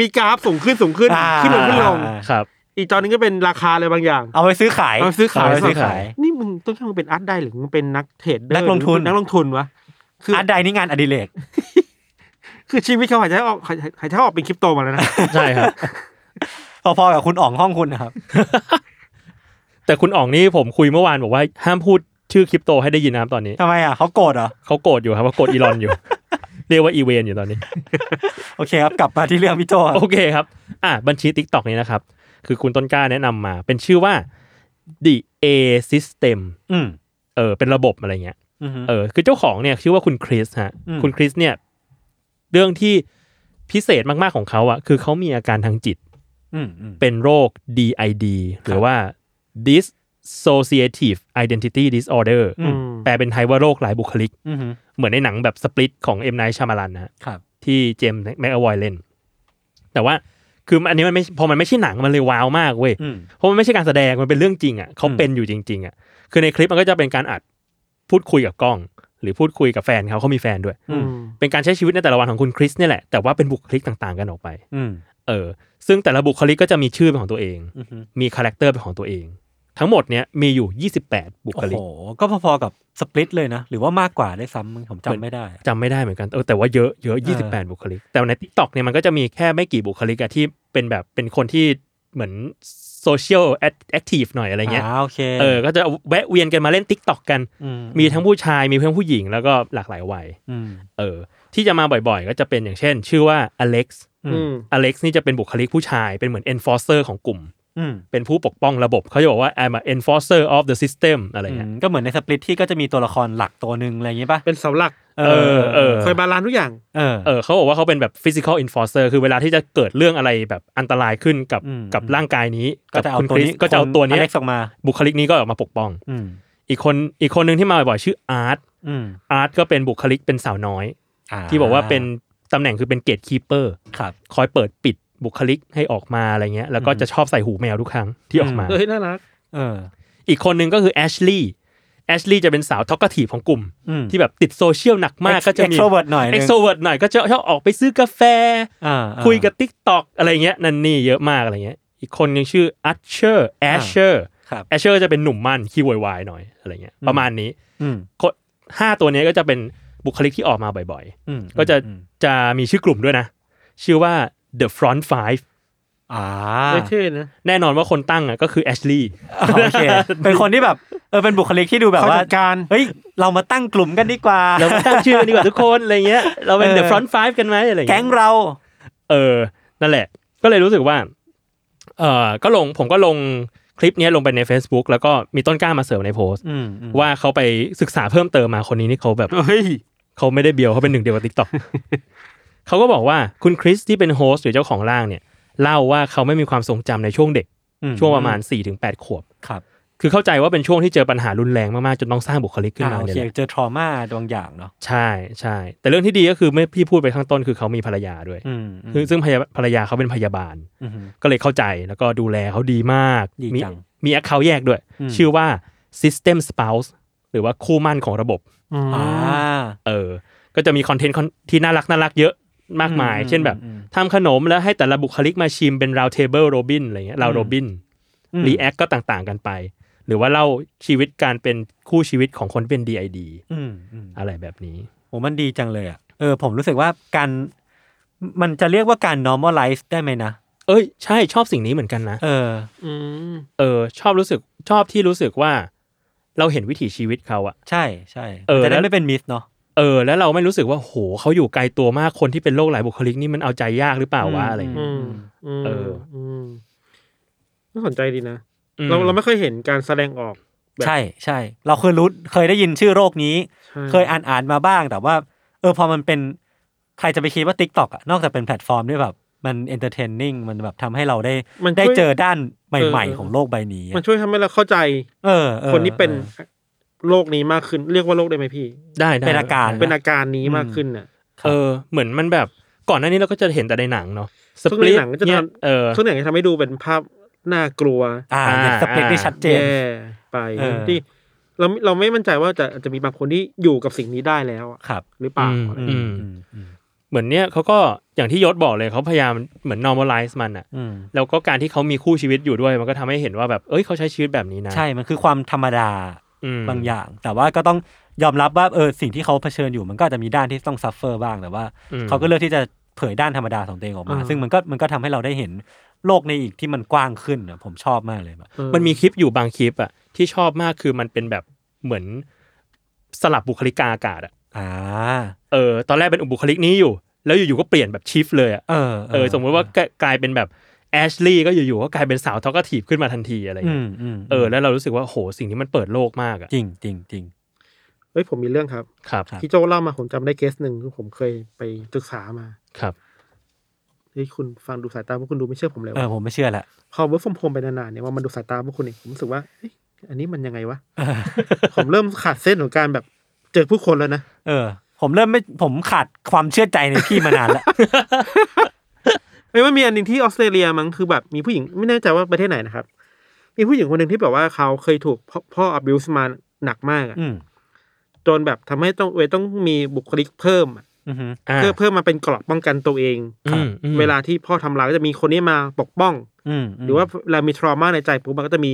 มีกราฟสูงขึ้นสูงขึ้น อ่า ขึ้นลงขึ้นลง ครับ อีกจอหนึงก็เป็นราคาอะไรบางอย่าง เอาไปซื้อขาย เอาไปซื้อขาย เอาไปซื้อขาย นี่มึงต้องแค่มึงเป็นอาร์ตได้หรือมึงเป็นนักเทรดเดอร์ นักลงทุน หรือมึเป็นักลงทุนวะคือ อาร์ตไดนี่งานอดิเรก คือชีวิตเขาหายใจออกหายหายใจออกเป็นคริปโตมาแล้วนะ ใช่ครับ พอๆกับคุณอ๋องห้องคุณนะครับ แต่คุณอ๋องนี่ผมคุยเมื่อวานบอกว่าห้ามพูดชื่อคริปโตให้ได้ยินนะครับตอนนี้ ทำไมอ่ะเขาโกรธเหรอ เขาโกรธอยู่ครับว่าโกรธอีลอนอยู่ เรียกว่าอีเวนอยู่ตอนนี้ โอเคครับ กลับมาที่เรื่องพี่โจครับ โอเคครับ อ่ะบัญชี t ิ k t o k นี้นะครับ คือคุณต้นกล้าแนะนำมา เป็นชื่อว่า the a system อืม เออเป็นระบบอะไรเงี้ย อือฮึ เออคือเจ้าของเนี่ยชื่อว่าคุณคริสฮะ อืม คุณคริสเนี่ย เรื่องที่พิเศษมากๆของเขาอะคือเขามีอาการทางจิต อืมอืม เป็นโรค DID หรือว่า dissociative identity disorder อืม แปลเป็นไทยว่าโรคหลายบุคลิก อือฮึ เหมือนในหนังแบบสปลิตของเอ็มไนชามาลันนะฮะ ครับ ที่เจมส์แม็กอวอยเล่น แต่ว่าคืออันนี้มันไม่พอมันไม่ใช่หนังมันเลยว้าวมากเว้ย อืม เพราะมันไม่ใช่การแสดงมันเป็นเรื่องจริงอ่ะเขาเป็นอยู่จริง ๆอ่ะคือในคลิปมันก็จะเป็นการอัดพูดคุยกับกล้อง หรือพูดคุยกับแฟนเขาเขามีแฟนด้วย อืม เป็นการใช้ชีวิตในแต่ละวันของคุณคริสเนี่ยแหละแต่ว่าเป็นบุคลิกต่างๆกันออกไป อืม เออ ซึ่งแต่ละบุคลิกก็จะมีชื่อเป็นของตัวเอง อือฮึ มีคาแรคเตอร์เป็นของตัวเอง ทั้งหมดเนี่ยมีอยู่ 28 บุค โอ้ ลิ โห ก ก็พอๆกับสปลิตเลยนะ หรือว่ามากกว่าได้วยซ้ำมั้งผมจำไม่ได้ จำไม่ได้เหมือนกันเออแต่ว่าเยอะเยอะ เออ 28 บุคลิก แต่ใน t ิ k t o k เนี่ยมันก็จะมีแค่ไม่กี่บุคลิกอะที่เป็นแบบเป็นคนที่เหมือนโซเชียลแอคทีฟหน่อยอะไรเงี้ย อ่าโอเค เออก็จะแวะเวียนกันมาเล่น t ิ k t o k กัน ม มีทั้งผู้ชายมีทั้งผู้หญิงแล้วก็หลากหลายวัย อืม เออ ที่จะมาบ่อยๆ ก็จะเป็นอย่างเช่น ชื่อว่าอเล็กซ์ อืม อืม อเล็กซ์นี่จะเป็นบุคลิกผู้ชายเป็นเหมือน enforcer ของกลุ่ม อืม เป็นผู้ปกป้องระบบ เขาจะบอกว่า I'm an enforcer of the system อะไร อื เงี้ย มก็เหมือนในสปลิตที่ก็จะมีตัวละครหลักตัวหนึ่งอะไรอย่างงี้ป่ะ เป็นเสาหลัก เออเออ คอยบาลานซ์ทุกอย่าง เออ เออเขาบอกว่าเขาเป็นแบบ physical enforcer คือเวลาที่จะเกิดเรื่องอะไรแบบอันตรายขึ้นกับ อืม กับร่างกายนี้ ก็จะเอา คุณ ตัว คริส นี้ ก็จะเอาตัวเนี้ย เล็กออกมา บุคลิกนี้ก็ออกมาปกป้อง อืม อีกคนอีกคนหนึ่งที่มาบ่อยๆชื่ออาร์ต อืม อาร์ตก็เป็นบุคลิกเป็นสาวน้อย า ที่บอกว่าเป็นตำแหน่งคือเป็นเกตคีเปอร์ ครับ คอยเปิดปิดบุคลิกให้ออกมาอะไรเงี้ยแล้วก็ อืม จะชอบใส่หูแมวทุกครั้งที่ออกมา อืม เออเฮ้ยน่ารัก เออ อีกคนหนึ่งก็คือแอชลีย์แอชลีย์จะเป็นสาวทอกทีของกลุ่ม อืม ที่แบบติดโซเชียลหนักมากก็จะมี extrovert หน่อยนึง เอ็กโซเวิร์ดหน่อยก็จะชอบออกไปซื้อกาแฟ อ่า คุยกับทิกตอกอะไรเงี้ย นั่นนี่เยอะมากอะไรเงี้ย อีกคนยังชื่ออัชเชอร์แอชเชอร์ ครับ แอชเชอร์จะเป็นหนุ่มมั่นขี้วอยวายหน่อยอะไรเงี้ย อืม ประมาณนี้ อืม คนห้าตัวเนี้ยก็จะเป็นบุคลิกที่ออกมาบ่อย อืม ๆ ก็จะ อืม จะมีชื่อกลุ่มด้วยนะ ชื่อว่า The Front Five อ่า ไม่เท่นะ แน่นอนว่าคนตั้งอ่ะก็คือแอชลีย์ โอเค เป็นคนที่แบบเออเป็นบุคลิกที่ดูแบบว่า เขาจัดการ เฮ้ยเรามาตั้งกลุ่มกันดีกว่า เรามาตั้งชื่อกันดีกว่าทุกคนอะไรเงี้ย เราเป็น The เออ Front Five กันไหมอะไรเงี้ย แก๊งเรา เออ นั่นแหละ ก็เลยรู้สึกว่า เออก็ลง ผมก็ลงคลิปเนี้ยลงไปใน Facebook แล้วก็มีต้นกล้ามาเสริมในโพสต์ อืมอืม ว่าเขาไปศึกษาเพิ่มเติมมาคนนี้นี่เขา แบบ เฮ้ย เขาไม่ได้เบียวเขาเป็นหนึ่งเดียวกับ t ิ k t o k เขาก็บอกว่าคุณคริสที่เป็นโฮสต์หรือเจ้าของร่างเนี่ย เล่าว่าเขาไม่มีความทรงจำในช่วงเด็ก อื ช่วงประมาณ4ี่ถึงแปดขวบ ครับ คือเข้าใจว่าเป็นช่วงที่เจอปัญหารุนแรงมากๆ จนต้องสร้างบุคลิกขึ้นมา อ่าโอ เนี่ย เค แหละ เจอทรมาดวงอย่างเนาะ ใช่ใช่แต่เรื่องที่ดีก็คือไม่พี่พูดไปข้างต้นคือเขามีภรรยาด้วย อืม คือซึ่งภรรยาภรรยาเขาเป็นพยาบาล อืม ก็เลยเข้าใจแล้วก็ดูแลเขาดีมาก ดี มี จัง มีแอคเคาท์แยกด้วย อืม ชื่อว่า system spouse หรือว่าคู่หมั่นของระบบ อ่า เออ ก็จะมีคอนเทนต์ที่น่ารักน่ารักเยอะมากมาย อืม เช่นแบบ อืม ทำขนมแล้วให้แต่ละบุคลิกมาชิมเป็น round table robin อะไรเงี้ย round อืม robin อืม react ก็ต่างๆกันไป หรือว่าเล่าชีวิตการเป็นคู่ชีวิตของคนที่เป็น DID อืมอืม อะไรแบบนี้ โอ้มันดีจังเลยอ่ะ เออ ผมรู้สึกว่าการ มันจะเรียกว่าการ normalize ได้ไหมนะ เอ้ย ใช่ชอบสิ่งนี้เหมือนกันนะ เออ อืม เออ ชอบรู้สึกชอบที่รู้สึกว่า เราเห็นวิถีชีวิตเขาอะ ใช่ใช่ เออ จะได้ แล้ว ไม่เป็นมิสเนาะ เออแล้วเราไม่รู้สึกว่าโหเขาอยู่ไกลตัวมากคนที่เป็นโรคหลายบุคลิกนี่มันเอาใจยากหรือเปล่าวะ อืม อะไรอย่าง อื เงี้ย มอืม เออ มน่าสนใจดีนะ เราเราไม่เคยเห็นการแสดงออก แบบ ใช่ใช่ เราเคยรู้ เคยได้ยินชื่อโรคนี้ ใช่ เคยอ่านอ่านมาบ้าง แต่ว่า เออ พอมันเป็น ใครจะไปคิดว่า t ิ k t o k อ่ะ นอกจากเป็นแพลตฟอร์มที่แบบ มัน entertaining มันแบบทำให้เราได้ มันช่วย ได้เจอด้านใหม่ เออ ๆ ของโลกใบนี้อะ มันช่วยทำให้เราเข้าใจ เออเออ คนที่เป็น ออ โรคนี้มากขึ้น เรียกว่าโรคได้ไหมพี่ ได้ได้ เป็นอาการ เป็นอาการนี้มากขึ้นน่ะ เออเหมือนมันแบบก่อนหน้านี้เราก็จะเห็นแต่ในหนังเนาะส ซึ่งในหนังก็จะ เนี่ย ทำ เออ ส่วนใหญ่จะทำให้ดูเป็นภาพน่ากลัว อ่าอย่าง อ่า สเปคที่ชัดเจน แย่ไป เออ ที่ เราเราไม่มั่นใจว่าจะอาจจะมีบางคนที่อยู่กับสิ่งนี้ได้แล้วอะ ครับ หรือเปล่า อืม อะไร อื เงี้ย มอืมอืม เหมือนเนี่ยเขาก็อย่างที่ยศบอกเลยเขาพยายามเหมือน normalize มันอะ อืม แล้วก็การที่เขามีคู่ชีวิตอยู่ด้วย มันก็ทำให้เห็นว่าแบบเอ้ยเขาใช้ชีวิตแบบนี้นะ ใช่ มันคือความธรรมดา อืม บางอย่าง แต่ว่าก็ต้องยอมรับว่าเออสิ่งที่เขาเผชิญอยู่มันก็อาจจะมีด้านที่ต้องซัฟเฟอร์บ้างแต่ว่า อืม เขาก็เลือกที่จะเผยด้านธรรมดาของตัวเองออกมา ซึ่งมันก็มันก็ทำให้เราได้เห็นโลกในอีกที่มันกว้างขึ้นนะผมชอบมากเลยแบบ เออ มันมีคลิปอยู่บางคลิปอะที่ชอบมากคือมันเป็นแบบเหมือนสลับบุคลิกาอากาศอะ อ่า เออตอนแรกเป็นอุบุคลิกนี้อยู่ แล้วอยู่ๆก็เปลี่ยนแบบชิฟเลยอะ เออ เออสมมุติว่ากลกลายเป็นแบบแอชลีย์ก็อยู่ๆก็กลายเป็นสาวทอกทีฟขึ้นมาทันทีอะไร อื เงี้ย มอืม เออแล้วเรารู้สึกว่าโหสิ่งนี้มันเปิดโลกมากอะ จริงจริงจริง เฮ้ยผมมีเรื่องครับ ครับ ครับ ที่โจเล่ามาผมจำได้เคสหนึ่งที่ผมเคยไปศึกษามา ครับ เฮ้ยคุณฟังดูสายตาพวกคุณดูไม่เชื่อผมเลย เออ ว่ะ ผมไม่เชื่อแหละ พอเวิร์กฟอมโฮมไปนานๆเนี่ยว่ามันดูสายตาพวกคุณเองผมรู้สึกว่าเอ้ยอันนี้มันยังไงวะ เออ ผมเริ่มขาดเส้นของการแบบเจอผู้คนแล้วนะ เออ ผมเริ่มไม่ผมขาดความเชื่อใจในพี่มานานแล้ว เอ้ยมันมีอันหนึ่งที่ออสเตรเลียมั้งคือแบบมีผู้หญิงไม่แน่ใจว่าประเทศไหนนะครับ มีผู้หญิงคนหนึ่งที่แบบว่าเขาเคยถูกพ่อพ่อ abuse มาหนักมากอะ อืม จนแบบทำให้ต้องเวยต้องมีบุคลิกเพิ่มอะ อือหือ อ่า เพื่อเพิ่มมาเป็นเกราะป้องกันตัวเอง อืมอืม เวลาที่พ่อทำร้ายก็จะมีคนนี้มาปกป้อง อืมม หรือว่าเรามีทรมาในใจปุ๊บมันก็จะมี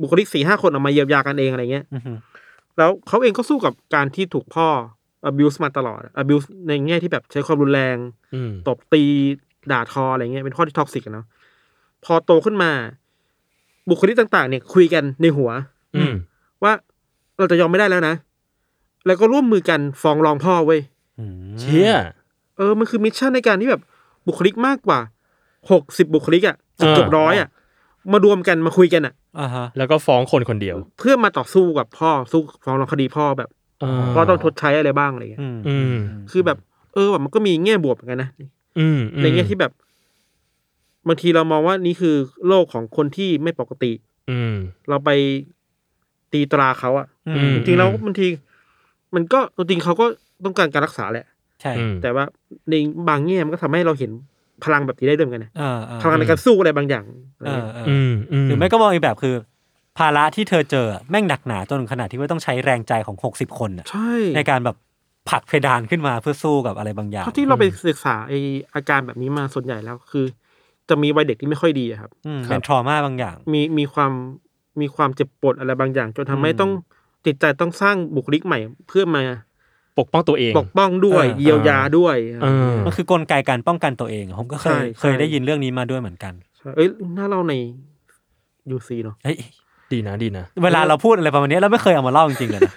บุคลิกสี่ห้าคนออกมาเยียวยากันเองอะไรเงี้ย อือหือ แล้วเขาเองก็สู้กับการที่ถูกพ่อ abuse มาตลอด abuse ในแง่ที่แบบใช้ความรุนแรง อืม ตบตีด่าทออะไรเงี้ยเป็นข้อที่ท็อกซิกอะเนาะพอโตขึ้นมา บุคลิกต่างๆ เนี่ย คุยกันในหัว อืม ว่าเราจะยอมไม่ได้แล้วนะ แล้วก็ร่วมมือกันฟ้องร้องพ่อเว้ย อืม เชี่ย เออมันคือมิชชั่นในการที่แบบบุคลิกมากกว่าหกสิบบุคลิกอะ่ะ เออ เกือบร้อยอะ่ะ มารวมกันมาคุยกันอ่ะ อ่าฮะ แล้วก็ฟ้องคนคนเดียว เพื่อมาต่อสู้กับพ่อสู้ฟ้องร้องคดีพ่อแบบ อ่า พ่อต้องชดใช้อะไรบ้างอะไรเงี้ย อืม อืม คือแบบเออแบบมันก็มีแง่บวกเหมือนกันนะ อืมอืม ในแง่ที่แบบ บางทีเรามองว่านี่คือโลกของคนที่ไม่ปกติ อืม เราไปตีตราเขาอะ อื อื ม ม จริงๆแล้วบางที มันก็จริงๆเขาก็ต้องการการรักษาแหละ ใช่ อืม แต่ว่าในบางแง่มันก็ทำให้เราเห็นพลังแบบนี้ได้ด้วยเหมือนกันนะ อ่าอ่า พลังในการสู้อะไรบางอย่างอะไร เออ เงี้ย เออ อืมอืม หรือไม่ก็มองอีกแบบคือ ภาระที่เธอเจอแม่งหนักหนาจนถึงขนาดที่ว่าต้องใช้แรงใจของหกสิบคนน่ะ ใช่ ในการแบบผลักเพดานขึ้นมาเพื่อสู้กับอะไรบางอย่าง เท่าที่เราไปศึกษาไออาการแบบนี้มาส่วนใหญ่แล้วคือ จะมีวัยเด็กที่ไม่ค่อยดีอะครับ อืม ครับ เป็นทรมาบางอย่าง มีมีความมีความเจ็บปวดอะไรบางอย่าง จนทำให้ อืม ต้องจิตใจต้องสร้างบุคลิกใหม่ เพื่อมา ปกป้องตัวเอง ปกป้องด้วย เออ เยียวยาด้วย เออ มันคือกลไกการป้องกันตัวเองอะผมก็เค ใช่ ย ใช่ เคยได้ยินเรื่องนี้มาด้วยเหมือนกัน ใช่เอ้ยน่าเล่าในยูซีเนาะ เฮ้ย ดีนะดีนะ เวลาเราพูดอะไรประมาณนี้เราไม่เคยเอามาเล่าจริงๆเลยนะ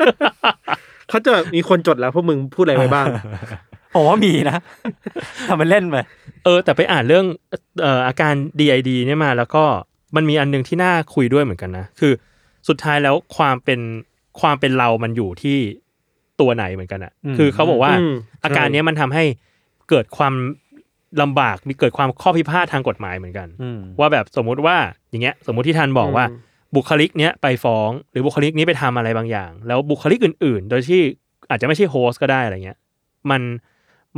เขาจะมีคนจดแล้วพวกมึงพูดอะไรไว้บ้าง ผมว่ามีนะ ทำเป็นเล่นไป เออ แต่ไปอ่านเรื่องเอ่ออาการ DID เนี่ยมาแล้วก็มันมีอันหนึงที่น่าคุยด้วยเหมือนกันนะ คือสุดท้ายแล้วความเป็นความเป็นเรามันอยู่ที่ตัวไหนเหมือนกันอะ อืม คือเขาบอกว่า อืม อาการเนี้ยมันทำให้เกิดความลำบากมีเกิดความข้อพิพาททางกฎหมายเหมือนกัน อืม ว่าแบบสมมุติว่าอย่างเงี้ยสมมุติที่ทันบอกว่า อืม บุคลิกเนี้ยไปฟ้อง หรือบุคลิกนี้ไปทำอะไรบางอย่าง แล้วบุคลิกอื่น ๆ โดยที่อาจจะไม่ใช่โฮสต์ก็ได้อะไรเงี้ยมัน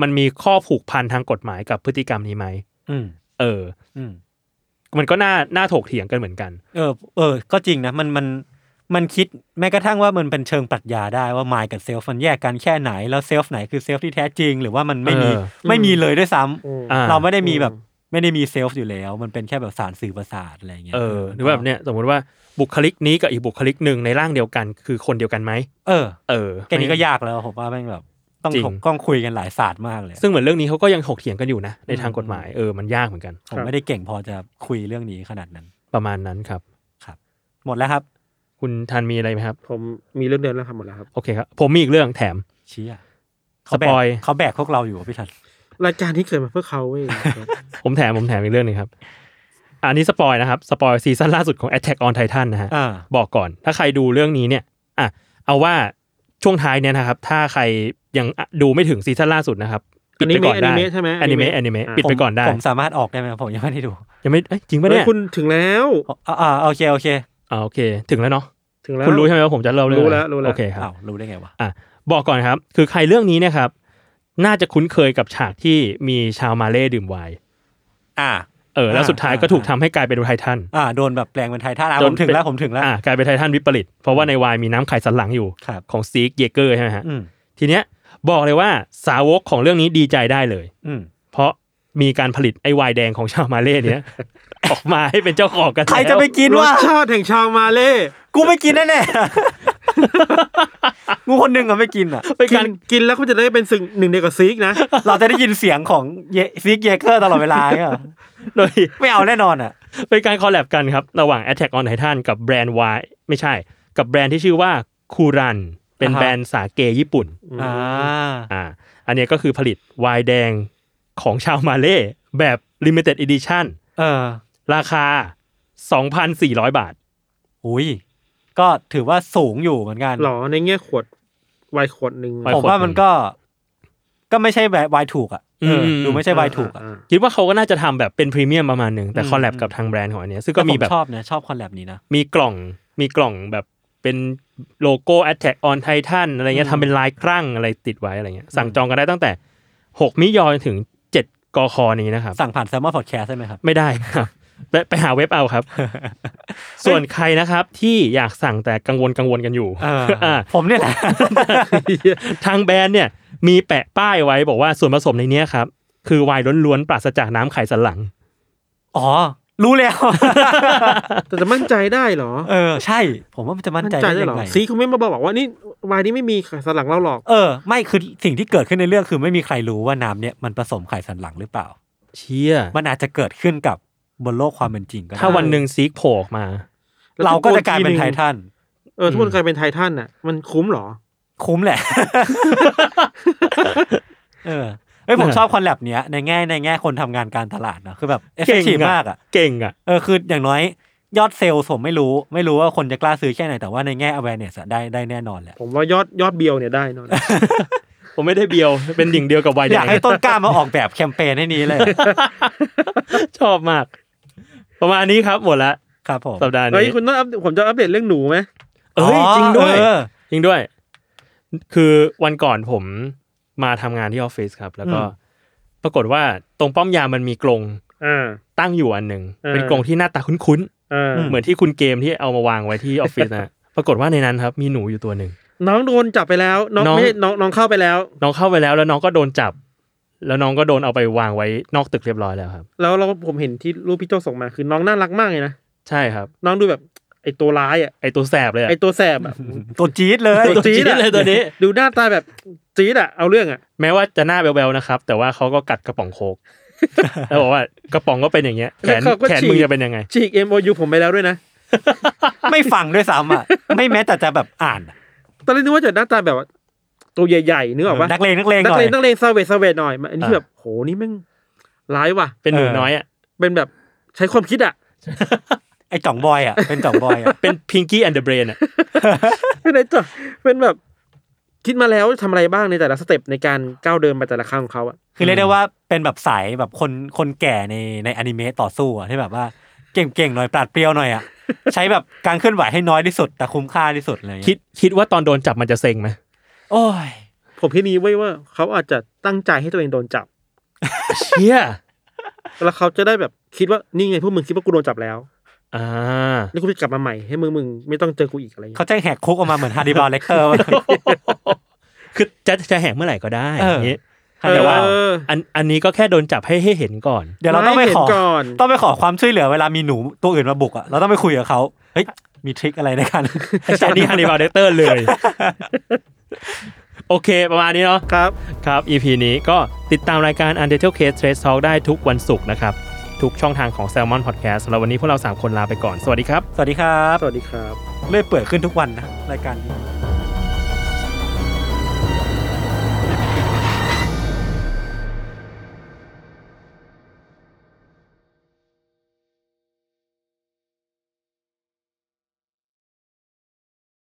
มันมีข้อผูกพันทางกฎหมายกับพฤติกรรมนี้ไหม อืม เออ อืม มันก็น่าน่าถกเถียงกันเหมือนกัน เออ เออ ก็จริงนะ มัน มัน มันคิดแม้กระทั่งว่ามันเป็นเชิงปรัชญาได้ว่า m ม n d กับเซลฟ์มันแยกกันแค่ไหน แล้วเซลฟ์ไหนคือเซลฟ์ที่แท้จริง หรือว่ามันไม่มี เออ ไม่มีเลยด้วยซ้ำ อืม อ่า เราไม่ได้มีแบบ ไม่ได้มีเซลฟ์อยู่แล้ว มันเป็นแค่แบบสารสื่อประสาทอะไรย่างเงี้ย เออหรือว่าแบบเนี้ยสมมุติว่าบุคลิกนี้กับอีกบุคลิกหนึ่งในร่างเดียวกัน คือคนเดียวกันไหม เออ เออ แค่นี้ก็ยากแล้วผมว่าแม่งแบบ ต้อง จริง ถกต้องคุยกันหลายศาสตร์มากเลย ซึ่งเหมือนเรื่องนี้เขาก็ยังถกเถียงกันอยู่นะในทางกฎหมายเออมันยากเหมือนกัน ผมไม่ได้เก่งพอจะคุยเรื่องนี้ขนาดนั้น ประมาณนั้นครับ หมดแล้วครับ คุณทันมีอะไรไหมครับ ผมมีเรื่องเดินแล้วทำหมดแล้วครับ โอเคครับผมมีอีกเรื่องแถม เชี่ยเขาแบก สปอย เขาแบกพวกเราอยู่อะพี่ทัน รายการที่เกิดมาเพื่อเขาเว้ย ผมแถมผมแถมอีกเรื่องหนึงครับ อันนี้สปอยนะครับ สปอยซีซั่นล่าสุดของ Attack on Titan นะฮะ อ่า บอกก่อน ถ้าใครดูเรื่องนี้เนี่ย อ่ะ เอาว่าช่วงท้ายเนี่ยนะครับ ถ้าใครยังอ่ะดูไม่ถึงซีซั่นล่าสุดนะครับ ปิดไปก่อนอได้นิเมะอนิเมะใช่ไหม อ อนิ นิเมะ เมะ อนิเมะ อ่ะ ปิดไปก่อนได้ ผมสามารถออกได้ไหมผมยังไม่ได้ดู ยังไม่เอ้ยจริงปะเนี่ เฮ้ ย ยคุณถึงแล้ว อ่าอ่าโอเคโอเค อ่าโอเค ถึงแล้วเนาะ ถึงแล้ว คุณรู้ใช่ไหมว่าผมจะเล่าเรื่อง รู้ อะไ แล้วรู้แล้ว โอเคครับ อ้าวรู้ได้ไงวะ บอกก่อนครับ คือใครเรื่องนี้เนะครับ น่าจะคุ้นเคยกับฉากที่มีชาวมาเล่ดื่มไวน์ อ่า เออ แล้วสุดท้ายก็ถูกทำให้กลายเป็นไททัน อ่า โดนแบบแปลงเป็นไททันอ่ะ จ ผ น มถึง เป็น แล้วผมถึงแล้ว อ่ากลายเป็นไททันวิปริต เพราะว่าในไวน์มีน้ำไข่สันหลังอยู่ ครับ ของซีกเยเกอร์ใช่ไหมฮะ อืม ทีเนี้ยบอกเลยว่าสาวกของเรื่องนี้ดีใจได้เลย อืม เพราะมีการผลิตไอไวน์แดงของชาวมาเล่เนี้ย ออกมาให้เป็นเจ้าของกัน ใครจะไป แล้ว กิน ร วะ สชาติแห่งชาวมาเล่ กูไม่กินแน่แน่ๆ กูคนหนึ่งอะไม่กินอ่ะ เป็น กิ การ นกินแล้วก็จะได้เป็นสิ่งหนึ่งเดียวกับซีกนะ เราจะได้ยินเสียงของเยซิกเยเกอร์ตลอดเวลาเนี่ย โดย ไม่เอาแน่นอนอ่ะ เป็นการคอลแลบกันครับ ระหว่าง Attack on Titan กับแบรนด์ไวน์ไม่ใช่ กับแบรนด์ที่ชื่อว่าคูรัน เป็น อ่าฮะ แบรนด์สาเกญี่ปุ่น อ่า อ่าอันเนี้ยก็คือผลิตไวน์แดงของชาวมาเล่แบบ Limited Edition เออ ราคา 2,400 บาท อุ้ยก็ถือว่าสูงอยู่เหมือนกัน หรอในแง่ขวดไวน์ขวดหนึ่ง ไวน์ ผมว่ามันก็ ก็ไม่ใช่แบบวายถูกอ่ะเอออ ม ดูไม่ใช่วายถูกอ่ะ คิดว่าเขาก็น่าจะทำแบบเป็นพรีเมียมประมาณหนึ่งแต่ อืม คอลแลบ อืม กับทางแบรนด์ของอันเนี้ยซึ่งก็มีแบบ ผชอบนะชอบคอนแลบนี้นะ มีกล่องมีกล่องแบบเป็นโลโก้ Attack on Titan อะไรเงี้ย อืม ทำเป็นลายครั่งอะไรติดไว้อะไรเงี้ยสั่งจองกันได้ตั้งแต่ 6 มิยอถึง 7กคอนี้นะครับ สั่งผ่านแซมมอนพอดแคสใช่ไหมครับ ไม่ได้ ครับไปไปหาเว็บเอาครับ ส่วนใครนะครับที่อยากสั่งแต่กังวลกังวลกันอยู่ เออ อ่า ผมเนี่ยแหละ ทางแบรนด์เนี่ยมีแปะป้ายไว้บอกว่าส่วนผสมในเนี้ยครับคือไวน์ล้วนๆปราศจากน้ำไข่สันหลัง อ๋อ รู้แล้ว แต่จะมั่นใจได้เหรอ เออ ใช่ ผมว่ามันจะมั่นใจได้ เหร ยั อง ไง ซีกเขาไม่มาบอกว่านี่ไวน์นี้ไม่มีสนหลังเราหรอก เออ ไม่คือสิ่งที่เกิดขึ้นในเรื่องคือไม่มีใครรู้ว่าน้ำเนี่ยมันผสมไข่สันหลังหรือเปล่า เชี่ย มันอาจจะเกิดขึ้นกับบนโลกความเป็นจริงก็ได้ ถ้าวันหนึ่งซีกโผล่ออกมา เราก็จะกลายเป็นไททัน เออทุกคนกลายเป็นไททัน น่ะ มันคุ้มเหรอ คุ้มแหละ เออ เอ้ยผม นะ ชอบคอนแลบเนี้ยในแง่ในแง่คนทำงานการตลาดเนอะคือแบบเอฟเฟกตีฟ อะ มากอ่ะ เก่งอ่ะ เออคืออย่างน้อยยอดเซลล์ผมไม่รู้ ไม่รู้ว่าคนจะกล้าซื้อแค่ไหนแต่ว่าในแง่ awareness อะได้ได้แน่นอนแหละ ผมว่ายอดยอดเบียวเนี่ยได้นอน ผมไม่ได้เบียว เป็นดิ่งเดียวกับไวน์ อยาก แดง ให้ต้นกล้ามาออกแบบแคมเปญให้นี้เลย ชอบมาก ประมาณนี้ครับหมดละ ครับผม สัปดาห์ เฮ้ย นี้ คุณต้องอัปผมจะอัปเดตเรื่องหนูไหม เอ้ยจริงด้วย เออ จริงด้วย คือวันก่อนผมมาทำงานที่ออฟฟิศครับ แล้วก็ อืม ปรากฏว่าตรงป้อมยามมันมีกรง อ่า ตั้งอยู่อันหนึ่ง เออ เป็นกรงที่หน้าตาคุ้น อ่า ๆ เหมือนที่คุณเกมที่เอามาวางไว้ที่ออฟฟิศนะ ปรากฏว่าในนั้นครับ มีหนูอยู่ตัวหนึ่ง น้องโดนจับไปแล้ว น้อง น้อง ไม่ใช่น้องน้องเข้าไปแล้ว น้องเข้าไปแล้วแล้วน้องก็โดนจับ แล้วน้องก็โดนเอาไปวางไว้นอกตึกเรียบร้อยแล้วครับ แล้วเราผมเห็นที่รูปพี่โจส่งมาคือน้องน่ารักมากเลยนะ ใช่ครับ น้องดูแบบไอตัวร้ายอ่ะ ไอตัวแสบเลยอะ ไอตัวแสบ อ่ะ ตัวจี๊ดเลย ตัวจี๊ด เลยตัวนี้ ดูหน้าตาแบบจี๊ดอ่ะเอาเรื่องอ่ะ แม้ว่าจะหน้าแบวๆนะครับ แต่ว่าเขาก็กัดกระป๋องโคก แล้วบอกว่ากระป๋องก็เป็นอย่างเงี้ยแขน ล้วขาก็ แขน ฉีก มึงจะเป็นยังไง ฉีก MOU ผมไปแล้วด้วยนะ ไม่ฟังด้วยซ้ำอ่ะไม่แม้แต่จะแบบอ่านอะ ตอนแรกนึกว่าจะหน้าตาแบบว่าตัวใหญ่ๆนึกออกปะ นักเลงนักเลงห นั น่ ก อ เลย งนักเลงซาเวซาเวหน่อยมันอันนี้ อ่า แบบโหนี่แม่งร้ายว่ะ เป็นหนู เออ น้อยอ่ะ เป็นแบบใช้ความคิดอ่ะ ไอ้จ่องบอยอ่ะเป็นจ่องบอยอ่ะ เป็นพิงกี้แอนเดอ a เบรนอ่ะ ไม่ได้จ้ะเป็นแบบคิดมาแล้วทำอะไรบ้างในแต่ละสเต็ปในการก้าวเดินไปแต่ละขั้นของเขาอ่ะ คือเรียกได้ว่าเป็นแบบสายแบบคนคนแก่ในในอนิเมะต่อสู้อ่ะที่แบบว่าเก่งๆหน่อยปราดเปรียวหน่อยอ่ะใช้แบบการเคลื่อนไหวให้น้อยที่สุด แต่คุ้มค่าที่สุดอะไรอย่างเลย คิดคิดว่าตอนโดนจับมันจะเซ็งไหม โอ้ย ผมคิดนี้ไว้ยว่าเขาอาจจะตั้งใจให้ตัวเองโดนจับ เชี่ย แล้วเขาจะได้แบบคิดว่านี่ไงพวกมึงคิดว่ากูโดนจับแล้ว อ่า แล้วกูจะกลับมาใหม่ให้มึงมึงไม่ต้องเจอกูอีกอะไรอย่าง เขา เงี้ย แจ้งแหกคุกออกมาเหมือนฮาร์ดิบาเลกเตอร์ คือจะจะแหกเมื่อไหร่ก็ได้อย่างนี้ แต่ว่า เออ อันอันนี้ก็แค่โดนจับให้ให้เห็นก่อน เดี๋ยวเราต้องไป ม่ ข ห็ อน ก่อน ต้องไปขอความช่วยเหลือเวลามีหนูตัวอื่นมาบุกอ่ะเราต้องไปคุยกับเขาเฮ้ยมีทริคอะไรใน การ อันนี้ฮันนิบาลเดเตอร์เลย โอเค ประมาณนี้เนาะ ครับ ครับ EP นี้ก็ติดตามรายการ u n d e r t a l e Case Trace Talk ได้ทุกวันศุกร์นะครับ ทุกช่องทางของ Salmon Podcast สำหรับวันนี้พวกเรา 3 คนลาไปก่อน สวัสดีครับ สวัสดีครับ สวัสดีครับ เรื่อยเปื่อยขึ้นทุกวันนะรายการนี้